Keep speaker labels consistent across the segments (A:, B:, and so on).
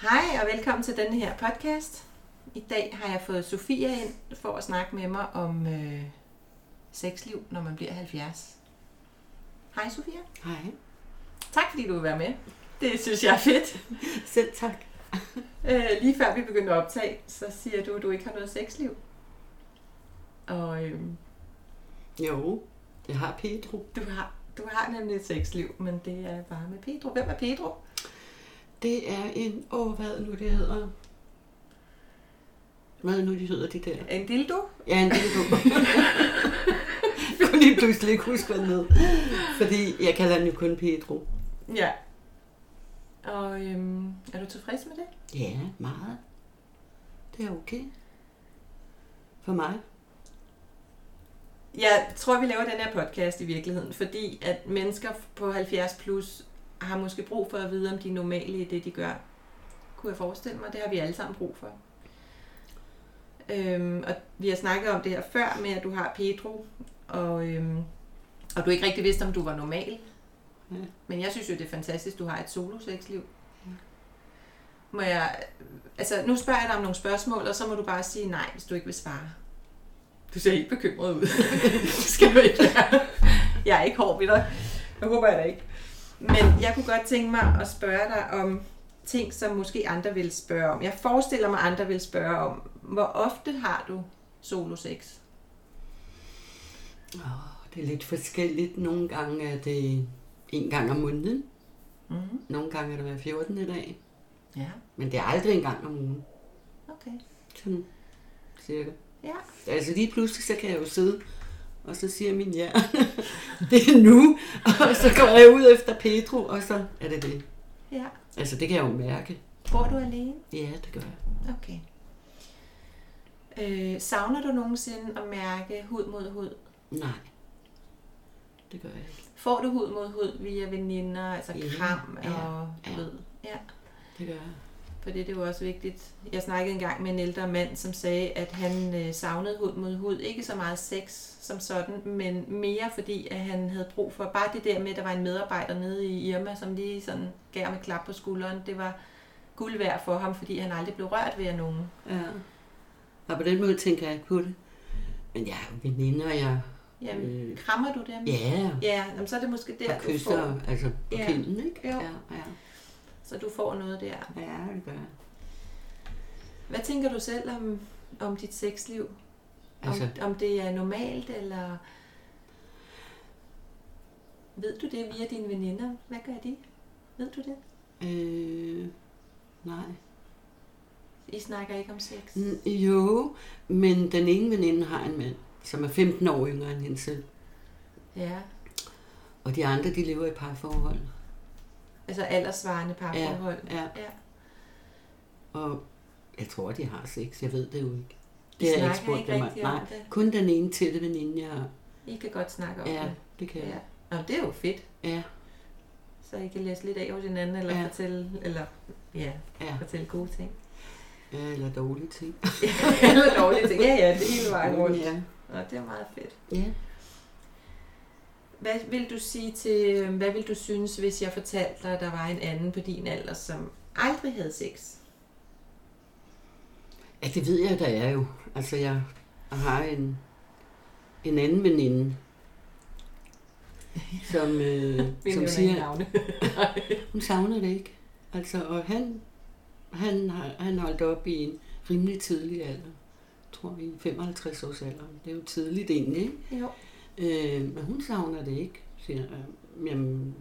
A: Hej og velkommen til denne her podcast. I dag har jeg fået Sofia ind for at snakke med mig om øh, sexliv, når man bliver 70. Hej Sofia.
B: Hej.
A: Tak fordi du vil være med. Det synes jeg er fedt.
B: Selv tak.
A: Øh, lige før vi begyndte at optage, så siger du, at du ikke har noget sexliv. Og øh,
B: Jo, det har Pedro.
A: du, har, du har nemlig et sexliv, men det er bare med Pedro. Hvem er Pedro?
B: Det er en... Åh, oh, hvad nu det hedder? Hvad nu de hedder, de der?
A: En dildo?
B: Ja, en lille dum. kunne lige pludselig ikke huske, hvad den hed. Fordi jeg kalder den jo kun Pedro.
A: Ja. Og øhm, er du tilfreds med det?
B: Ja, meget. Det er okay. For mig.
A: Jeg tror, vi laver den her podcast i virkeligheden, fordi at mennesker på 70 plus har måske brug for at vide, om de er normale i det, de gør. Kunne jeg forestille mig, det har vi alle sammen brug for. Øhm, og vi har snakket om det her før med, at du har Pedro, og, øhm, og du ikke rigtig vidste, om du var normal.
B: Ja.
A: Men jeg synes jo, det er fantastisk, du har et soloseksliv. Må jeg, altså, nu spørger jeg dig om nogle spørgsmål, og så må du bare sige nej, hvis du ikke vil svare. Du ser helt bekymret ud. det skal du ikke være. Jeg er ikke hård ved dig. Jeg håber jeg da ikke. Men jeg kunne godt tænke mig at spørge dig om ting, som måske andre vil spørge om. Jeg forestiller mig, andre vil spørge om, hvor ofte har du solo sex?
B: Åh, det er lidt forskelligt. Nogle gange er det en gang om måneden.
A: Mm-hmm.
B: Nogle gange er det hver 14. dag.
A: Ja,
B: Men det er aldrig en gang om ugen.
A: okay.
B: Sådan cirka.
A: Ja.
B: Altså lige pludselig, så kan jeg jo sidde, og så siger min hjerne, det er nu, og så går jeg ud efter Pedro, og så er det det.
A: ja.
B: Altså det kan jeg jo mærke.
A: Bor du alene?
B: Ja, det gør jeg.
A: Okay. Øh, savner du nogensinde at mærke hud mod hud?
B: Nej, det gør jeg ikke.
A: Får du hud mod hud via veninder, altså
B: Ja,
A: kram
B: ja,
A: og
B: ja.
A: ved? Ja.
B: Det gør jeg.
A: For det, det er jo også vigtigt. Jeg snakkede engang med en ældre mand, som sagde, at han øh, savnede hud mod hud. Ikke så meget sex som sådan, men mere fordi, at han havde brug for bare det der med, at der var en medarbejder nede i Irma, som lige sådan gav ham et klap på skulderen. Det var guld værd for ham, fordi han aldrig blev rørt ved af nogen.
B: Ja. Og på den måde tænker jeg ikke på det. Men jeg er jo veninder, og jeg...
A: Jamen,
B: Øh.
A: krammer du dem?
B: Ja,
A: Ja, jamen, så er det måske der,
B: og
A: du får,
B: kysser, altså på
A: Ja.
B: kinden, ikke?
A: Jo.
B: Ja, ja.
A: så du får noget der.
B: ja, det gør jeg.
A: Hvad tænker du selv om, om dit sexliv? Om,
B: Altså,
A: om det er normalt, eller... Ved du det via dine veninder? Hvad gør de? Ved du det?
B: øh, nej.
A: I snakker ikke om sex.
B: Mm, Jo, men den ene veninde har en mand, som er 15 år yngre end hende selv.
A: Ja.
B: Og de andre, de lever i parforhold.
A: Altså aldersvarende parforhold.
B: Ja,
A: ja.
B: og jeg tror, de har sex. Jeg ved det jo ikke.
A: I
B: Det har
A: snakker
B: jeg ikke spurgt
A: ikke
B: dem om.
A: rigtig om
B: Nej,
A: det.
B: kun den ene tætte veninde, jeg har.
A: I kan godt snakke om
B: Ja,
A: det.
B: det kan jeg.
A: Nå, det er jo fedt.
B: Ja,
A: Så I kan læse lidt af hos hinanden, eller
B: Ja.
A: fortælle, eller, ja,
B: ja.
A: fortælle gode ting.
B: ja eller dårlige ting.
A: eller dårlige ting. Ja, ja, det er hele vejen rundt.
B: Ja.
A: Nå, det er meget fedt.
B: ja.
A: Hvad vil du sige til, hvad vil du synes, hvis jeg fortalte dig, at der var en anden på din alder, som aldrig havde sex?
B: Ja, det ved jeg, der er jo. Altså, jeg har en, en anden veninde, som, øh, som siger,
A: navne.
B: Hun savner det ikke. Altså, og han, han, har- han holdt op i en rimelig tidlig alder. Jeg tror, i 55 års alderen. Det er jo tidligt egentlig, ikke?
A: jo.
B: Øh, men hun savner det ikke, siger jeg. Jamen,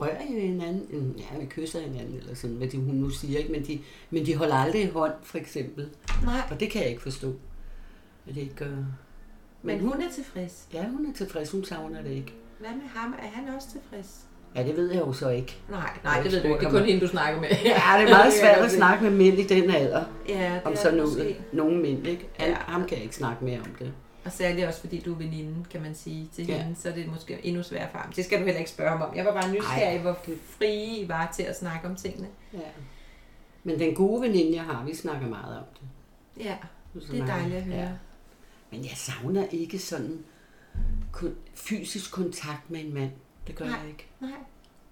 B: rører I ved hinanden? Ja, vi kysser hinanden, eller sådan, hvad de, hun nu siger, ikke? Men de, men de holder aldrig i hånd, for eksempel.
A: Nej,
B: Og det kan jeg ikke forstå, at det ikke gør.
A: men hun er tilfreds.
B: Ja, hun er tilfreds. Hun savner det ikke.
A: Hvad med ham? Er han også tilfreds?
B: Ja, det ved jeg jo så ikke.
A: Nej,
B: Jeg har
A: nej, det ved
B: ikke
A: du ikke. Det er
B: spurgt
A: kun hende, du snakker med.
B: Ja, det er meget
A: kan jeg
B: svært
A: godt
B: at
A: se.
B: snakke med mænd i den alder.
A: Ja, det
B: om
A: er
B: sådan
A: det
B: noget.
A: måske.
B: Nogen mænd, ikke?
A: Ja.
B: Ja. Ham kan jeg ikke snakke mere om det.
A: Og særligt også, fordi du er veninde, kan man sige, til
B: Ja.
A: hende, så er det måske endnu sværere for ham. Det skal du heller ikke spørge ham om. Jeg var bare nysgerrig, hvor frie I var til at snakke om tingene.
B: Ja. Men den gode veninde, jeg har, vi snakker meget om det.
A: Ja,
B: Nu
A: det er
B: snakker vi.
A: dejligt at høre.
B: Ja. Men jeg savner ikke sådan kun, fysisk kontakt med en mand. Det gør
A: Nej.
B: jeg ikke.
A: Nej,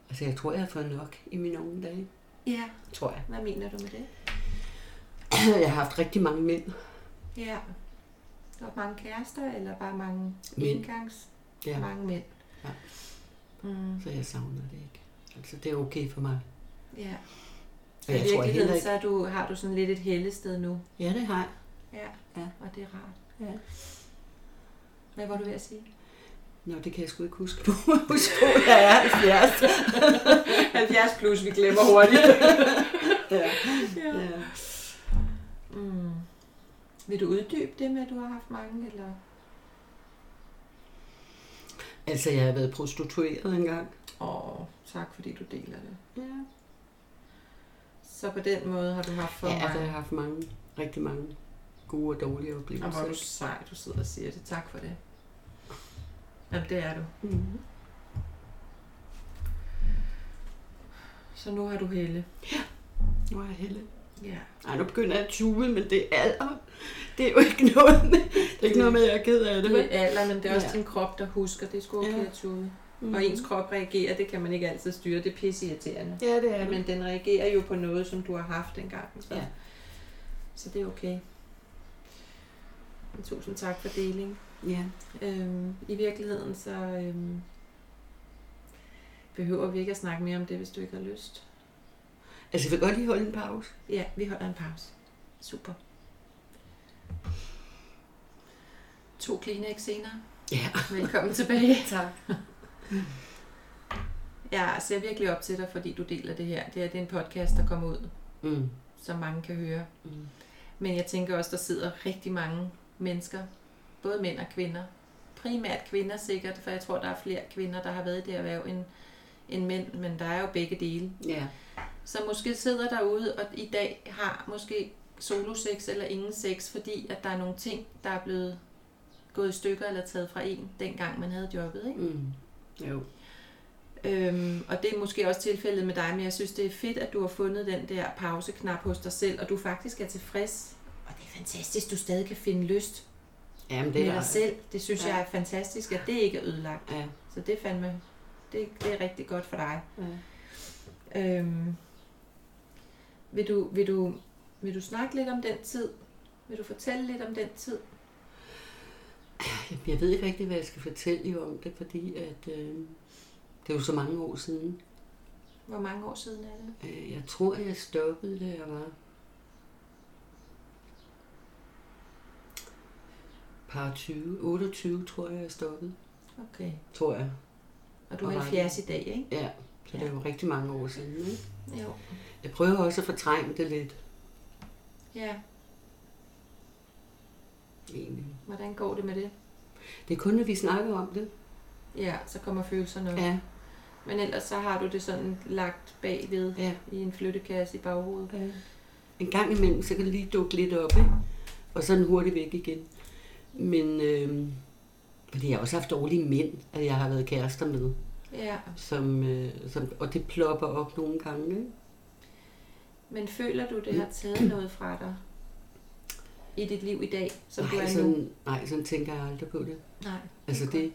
B: Altså, jeg tror, jeg har fået nok i mine unge dage.
A: Ja,
B: tror jeg.
A: hvad mener du med det?
B: Jeg har haft rigtig mange mænd.
A: Ja. Der var mange kærester, eller bare mange
B: Mænd.
A: engangs?
B: Ja.
A: Mange mænd.
B: Ja.
A: Mm,
B: Så jeg savner det ikke. Altså, det er okay for mig.
A: ja.
B: Og
A: Så
B: jeg
A: i
B: tror heller
A: virkeligheden,
B: ikke...
A: så er du, har du sådan lidt et hellested nu.
B: Ja, det har jeg.
A: Ja.
B: Ja.
A: Og det er rart.
B: Ja.
A: Hvad var du ved at sige?
B: Nå, det kan jeg sgu ikke huske på. Husk på, jeg er 70.
A: 70 plus, vi glemmer hurtigt.
B: Ja.
A: ja.
B: Ja.
A: Mm. Vil du uddybe det med, at du har haft mange? Eller?
B: Altså, jeg har været prostitueret engang.
A: Åh, tak fordi du deler det.
B: Ja.
A: Så på den måde har du haft for
B: ja, altså,
A: mange.
B: jeg har haft mange, rigtig mange gode og dårlige
A: Og
B: oplevelser.
A: hvor er du sej, du sidder og siger det. Tak for det. Jamen, det er du.
B: Mhm.
A: Så nu har du Helle.
B: Nu er jeg heldig.
A: Ja.
B: Ej, nu begynder jeg at tule, men det er alder. Det er jo ikke noget med, det er ikke noget med at jeg er ked af det.
A: Det
B: vel?
A: er alder, men det er også
B: Ja.
A: din krop, der husker. Det er sgu okay
B: Ja.
A: at tude.
B: Mhm.
A: Og ens krop reagerer, det kan man ikke altid styre. Det er pisseirriterende.
B: Ja, det er
A: Ja.
B: det.
A: Men den reagerer jo på noget, som du har haft engang. Så,
B: Ja.
A: så det er okay. Men Tusind tak for delingen.
B: Ja.
A: Øhm, I virkeligheden så øhm, behøver vi ikke at snakke mere om det, hvis du ikke har lyst.
B: Altså, jeg vil godt lige holde en pause.
A: Ja, vi holder en pause. Super. To Kleenex senere.
B: Ja.
A: Velkommen tilbage.
B: Tak.
A: Jeg ser virkelig op til dig, fordi du deler det her. Det her det er en podcast, der kommer ud,
B: Mm.
A: som mange kan høre.
B: Mm.
A: Men jeg tænker også, der sidder rigtig mange mennesker, både mænd og kvinder. Primært kvinder sikkert, for jeg tror, der er flere kvinder, der har været i det erhverv end, end mænd, men der er jo begge dele.
B: Ja.
A: Så måske sidder derude og i dag har måske solo sex eller ingen sex, fordi at der er nogle ting, der er blevet gået i stykker eller taget fra en, dengang man havde jobbet. Ikke?
B: Mm. Jo.
A: Øhm, og det er måske også tilfældet med dig, men jeg synes, det er fedt, at du har fundet den der pauseknap hos dig selv, og du faktisk er tilfreds. Og det er fantastisk, du stadig kan finde lyst
B: Jamen, det
A: med
B: er
A: dig
B: der. altså.
A: selv. Det synes
B: Ja.
A: jeg er fantastisk, at det ikke er ødelagt.
B: Ja.
A: Så det er fandme, det, det er rigtig godt for dig.
B: ja.
A: Øhm, vil, du, vil, du, vil du snakke lidt om den tid? Vil du fortælle lidt om den tid?
B: Jamen, Jeg ved ikke rigtig, hvad jeg skal fortælle jer om det, fordi at, øh, det er jo så mange år siden.
A: Hvor mange år siden er det?
B: Øh, jeg tror, jeg stoppede, da jeg var par 20, 28, tror jeg, jeg stoppede.
A: Okay.
B: Tror jeg.
A: Og du
B: Hvor
A: er
B: var
A: 70 i dag, ikke?
B: Ja, så det er jo rigtig mange år siden. Ikke?
A: Jo.
B: Jeg prøver også at fortrænge det lidt,
A: Ja.
B: egentlig.
A: Hvordan går det med det?
B: Det er kun, når vi snakker om det.
A: Ja, så kommer følelserne op.
B: Ja,
A: Men ellers så har du det sådan lagt bagved
B: ja.
A: i en flyttekasse i baghovedet.
B: ja. En gang imellem, så kan det lige dukke lidt op, ikke? og så er den hurtigt væk igen. Men øh, fordi jeg har også haft dårlige mænd, at jeg har været kærester med,
A: Ja.
B: som, øh, som, og det plopper op nogle gange. ikke?
A: Men føler du, det har taget noget fra dig i dit liv i dag, som du
B: nej,
A: er nu?
B: sådan, nej, sådan tænker jeg aldrig på det.
A: Nej.
B: Altså det,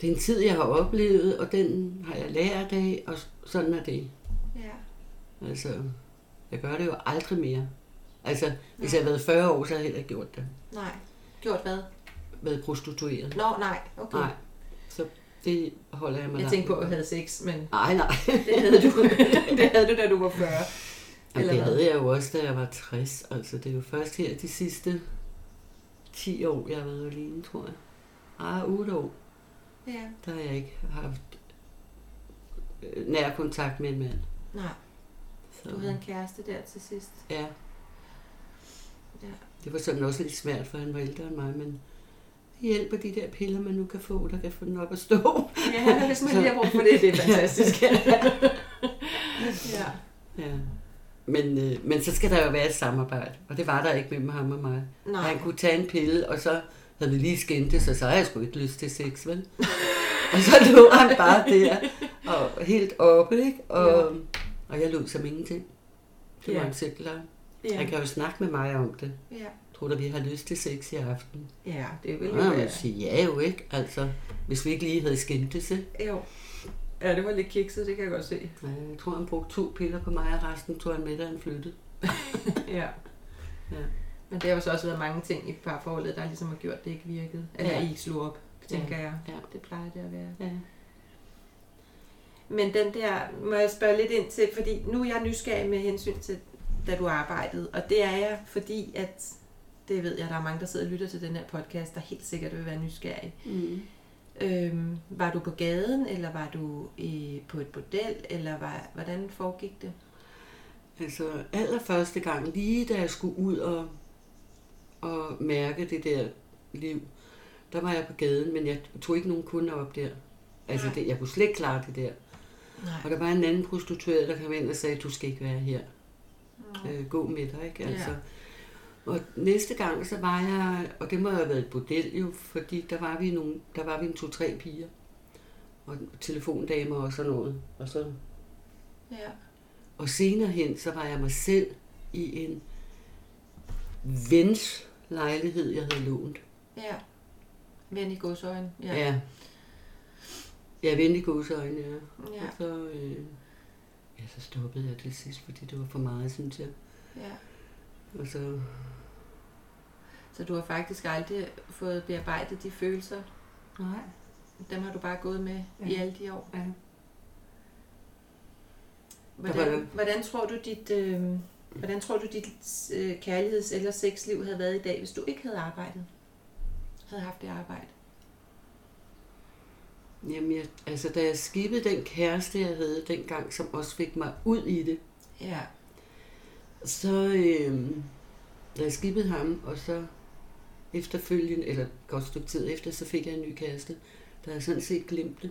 B: det er en tid, jeg har oplevet, og den har jeg lært af, og s- sådan er det.
A: Ja.
B: Altså, jeg gør det jo aldrig mere. Altså, hvis
A: Nej.
B: jeg havde været 40 år, så havde jeg heller ikke gjort det.
A: Nej. Gjort hvad?
B: Været prostitueret.
A: Nå, nej. Okay.
B: Nej, så det holder jeg mig
A: Jeg
B: langt
A: tænkte på, at
B: fra.
A: du havde sex, men
B: Nej, nej.
A: det havde du, det havde du da du var 40.
B: Jamen,
A: Eller
B: det
A: hvad?
B: havde jeg jo også, da jeg var 60. Altså, det er jo først her de sidste 10 år, jeg har været alene, tror jeg. Ah, 8 år,
A: Ja.
B: der har jeg ikke haft øh, nær kontakt med en mand.
A: Nej,
B: Så,
A: du havde en kæreste der til sidst.
B: ja.
A: Ja.
B: Det var sådan også lidt svært, for han var ældre end mig, men det hjælper de der piller, man nu kan få, der kan få den op at stå.
A: Ja, hvis man
B: Så-
A: lige har brug for det, det er fantastisk. ja.
B: Ja. Men, øh, men så skal der jo være et samarbejde, og det var der ikke mellem ham og mig. Nej.
A: Nej.
B: Han kunne tage en pille, og så havde vi lige skændtes, og så havde jeg sgu ikke lyst til sex, vel? og så lå han bare der, og helt oppe, ikke? Og, og jeg lød som ingenting. Det var
A: Ja.
B: en selvklar.
A: Ja.
B: Han kan jo snakke med mig om det.
A: Ja.
B: Tror du, vi har lyst til sex i aften?
A: ja, det vil
B: Og
A: jo
B: jeg må
A: være.
B: sige, ja jo ikke, altså. Hvis vi ikke lige havde skændtes, ikke?
A: Jo. Ja, det var lidt kikset, det kan jeg godt se.
B: Ja, Jeg tror, han brugte to piller på mig, og resten tog han med, da han flyttede.
A: ja.
B: Ja.
A: Men det har jo så også været mange ting i parforholdet, der ligesom har gjort, det ikke virkede. Eller
B: Ja.
A: ja. I ikke slog op, tænker jeg.
B: ja.
A: Det plejer det at være.
B: Ja.
A: Men den der, må jeg spørge lidt ind til, fordi nu er jeg nysgerrig med hensyn til, da du arbejdede. Og det er jeg, fordi at, det ved jeg, der er mange, der sidder og lytter til den her podcast, der helt sikkert vil være nysgerrige.
B: Mm.
A: Øhm, var du på gaden, eller var du øh, på et bordel, eller var, hvordan foregik det?
B: Altså allerførste gang, lige da jeg skulle ud og, og mærke det der liv, der var jeg på gaden, men jeg tog ikke nogen kunder op der. Altså
A: Nej.
B: det, jeg kunne slet ikke klare det der. Og
A: Nej.
B: der var en anden prostitueret, der kom ind og sagde, du skal ikke være her. Øh, gå med dig, ikke?
A: Ja.
B: Altså. Og næste gang, så var jeg, og det må have været et bordel jo, fordi der var vi, nogle, der var vi en to-tre piger. Og telefondamer og sådan noget. Og så
A: Ja.
B: og senere hen, så var jeg mig selv i en vens lejlighed, jeg havde lånt.
A: Ja. Ven i godsøjne. Ja.
B: Ja. Jeg vendte i godsøjne, ja.
A: Ja.
B: Og så, øh, ja, så stoppede jeg til sidst, fordi det var for meget, synes jeg.
A: ja.
B: Og så,
A: Så du har faktisk aldrig fået bearbejdet de følelser.
B: nej,
A: Dem har du bare gået med ja. i
B: Ja.
A: alle de år.
B: ja. Der var
A: Hvordan,
B: det.
A: hvordan tror du dit, øh, hvordan tror du dit øh, kærligheds- eller sexliv havde været i dag, hvis du ikke havde arbejdet? Havde haft det arbejde?
B: Jamen, jeg, altså, da jeg skibede den kæreste, jeg havde dengang, som også fik mig ud i det,
A: Ja.
B: Så øh, da jeg skippede ham, og så efterfølgende, eller et godt stykke tid efter, så fik jeg en ny kæreste, der havde sådan set glemt det.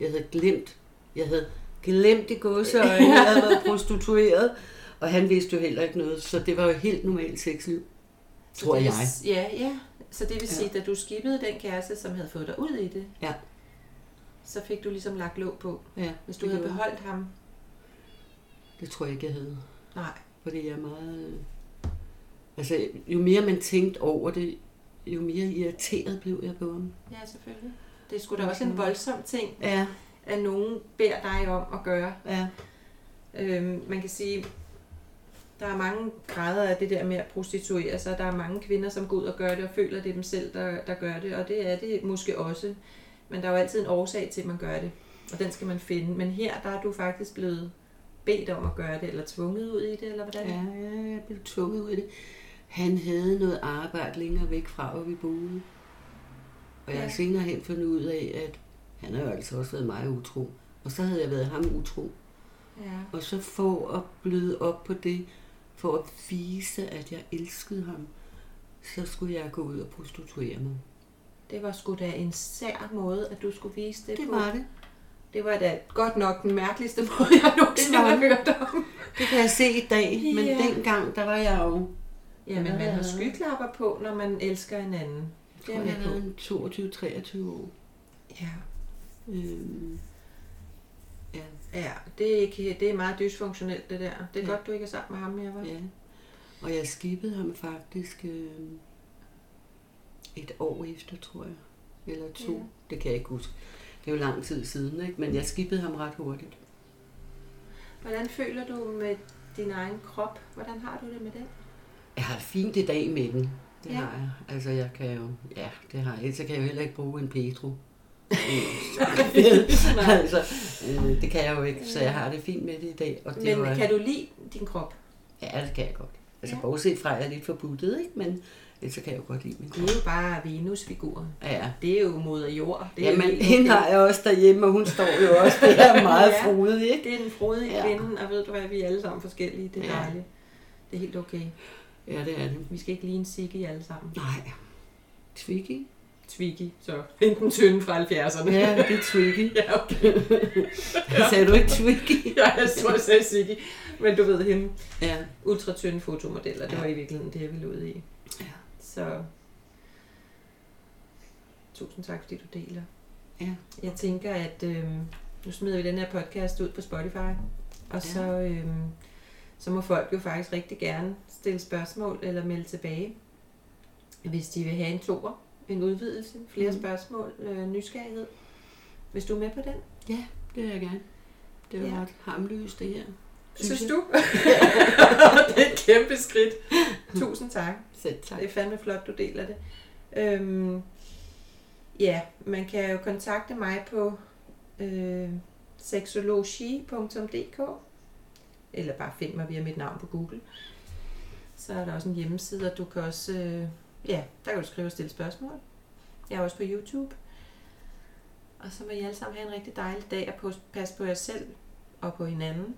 B: Jeg havde glemt, jeg havde glemt det gåseøjne, jeg havde været prostitueret, og han vidste jo heller ikke noget, så det var jo helt normalt sexliv, tror
A: så det
B: jeg.
A: vil s- Ja, ja. Så det vil
B: Ja.
A: sige, da du skibede den kæreste, som havde fået dig ud i det,
B: Ja.
A: så fik du ligesom lagt låg på.
B: Ja,
A: Hvis du
B: det
A: havde
B: gjorde jeg.
A: beholdt ham,
B: Det tror jeg ikke, jeg havde.
A: nej.
B: Fordi jeg er meget... øh, Altså, jo mere man tænkte over det, jo mere irriteret blev jeg på ham.
A: Ja, selvfølgelig. Det er sgu da også en voldsom ting,
B: Ja,
A: at nogen beder dig om at gøre.
B: ja.
A: Øhm, man kan sige, der er mange grader af det der med at prostituere sig. Der er mange kvinder, som går ud og gør det, og føler, det er dem selv, der, der gør det. Og det er det måske også. Men der er jo altid en årsag til, at man gør det. Og den skal man finde. Men her, der er du faktisk blevet bedt om at gøre det, eller tvunget ud i det, eller hvordan?
B: Ja, ja, jeg blev tvunget ud i det. Han havde noget arbejde længere væk fra, hvor vi boede. Og jeg har
A: Ja.
B: senere hen fundet ud af, at han har jo altså også været mig utro. Og så havde jeg været ham utro.
A: ja.
B: Og så for at bløde op på det, for at vise, at jeg elskede ham, så skulle jeg gå ud og prostituere mig.
A: Det var sgu da en sær måde, at du skulle vise det,
B: Det
A: på.
B: var det.
A: det var da godt nok den mærkeligste måde, jeg nogensinde har hørt om.
B: Det kan jeg se i dag, men
A: Ja.
B: dengang, der var jeg jo
A: Jamen, man har
B: Ja.
A: skyklapper på, når man elsker en anden.
B: tror
A: Det er jeg
B: jeg
A: med på.
B: havde en 22-23 år.
A: Ja.
B: Øhm, ja,
A: Ja, det er, ikke, det er meget dysfunktionelt, det der. Det er
B: Ja.
A: ja. godt, du ikke er sammen med ham mere, var.
B: Ja, og jeg skibede ham faktisk øh, et år efter, tror jeg. Eller to.
A: Ja.
B: Ja. Det kan jeg ikke huske. Det er jo lang tid siden, ikke? men jeg skibede ham ret hurtigt.
A: Hvordan føler du med din egen krop? Hvordan har du det med den?
B: Jeg har det fint i dag med den. Det
A: Ja.
B: ja. har jeg. Altså, jeg kan jo... Ja, det har jeg. Ellers så kan jeg jo heller ikke bruge en Petro. Øh, altså, øh, det kan jeg jo ikke, så jeg har det fint med det i dag. Og det
A: Men
B: var,
A: kan du lide din krop?
B: Ja, det kan jeg godt. Altså,
A: Ja.
B: ja. bortset fra, at jeg er lidt forbudtet, ikke? Men ellers så kan jeg jo godt lide min
A: Det er jo bare Venusfiguren.
B: Ja,
A: Det er jo moder jord. Det er jo
B: Jamen,
A: helt
B: hende
A: okay.
B: har jeg også derhjemme, og hun står jo også der meget
A: Ja.
B: ja. frodig, ikke?
A: Det er den frodige ja.
B: Ja.
A: kvinde, og ved du hvad, vi er alle sammen forskellige. Det er
B: Ja.
A: dejligt. Det er helt okay.
B: Ja, det er det.
A: Vi skal ikke lige en sikke alle sammen.
B: Nej. Twiggy?
A: Twiggy, så. Enten tynde fra 70'erne.
B: Ja, det er Twiggy.
A: ja okay.
B: Sagde du ikke Twiggy?
A: Ja, jeg tror, jeg sagde Siggy. Men du ved hende.
B: Ja.
A: Ultratynde fotomodeller, det
B: Ja.
A: var i virkeligheden det, jeg ville ud i.
B: Ja.
A: Så tusind tak, fordi du deler.
B: Ja.
A: Jeg tænker, at øh, nu smider vi den her podcast ud på Spotify. Og ja. så, øh, så må folk jo faktisk rigtig gerne stille spørgsmål eller melde tilbage, hvis de vil have en toer, en udvidelse, flere
B: Mhm.
A: mm. spørgsmål, øh, nysgerrighed. Hvis du er med på den?
B: Ja, det vil jeg gerne. Det er jo
A: Ja.
B: ret harmløst, det her.
A: Synes
B: jeg.
A: du? det er et kæmpe skridt. Tusind tak.
B: Selv tak.
A: Det er fandme flot, du deler det. Øhm, ja, man kan jo kontakte mig på øh, sexologi.dk eller bare find mig via mit navn på Google. Så er der også en hjemmeside, og du kan også, øh, ja, der kan du skrive og stille spørgsmål. Jeg er også på YouTube. Og så må I alle sammen have en rigtig dejlig dag og pos- passe på jer selv og på hinanden.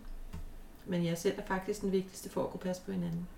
A: Men jer selv er faktisk den vigtigste for at kunne passe på hinanden.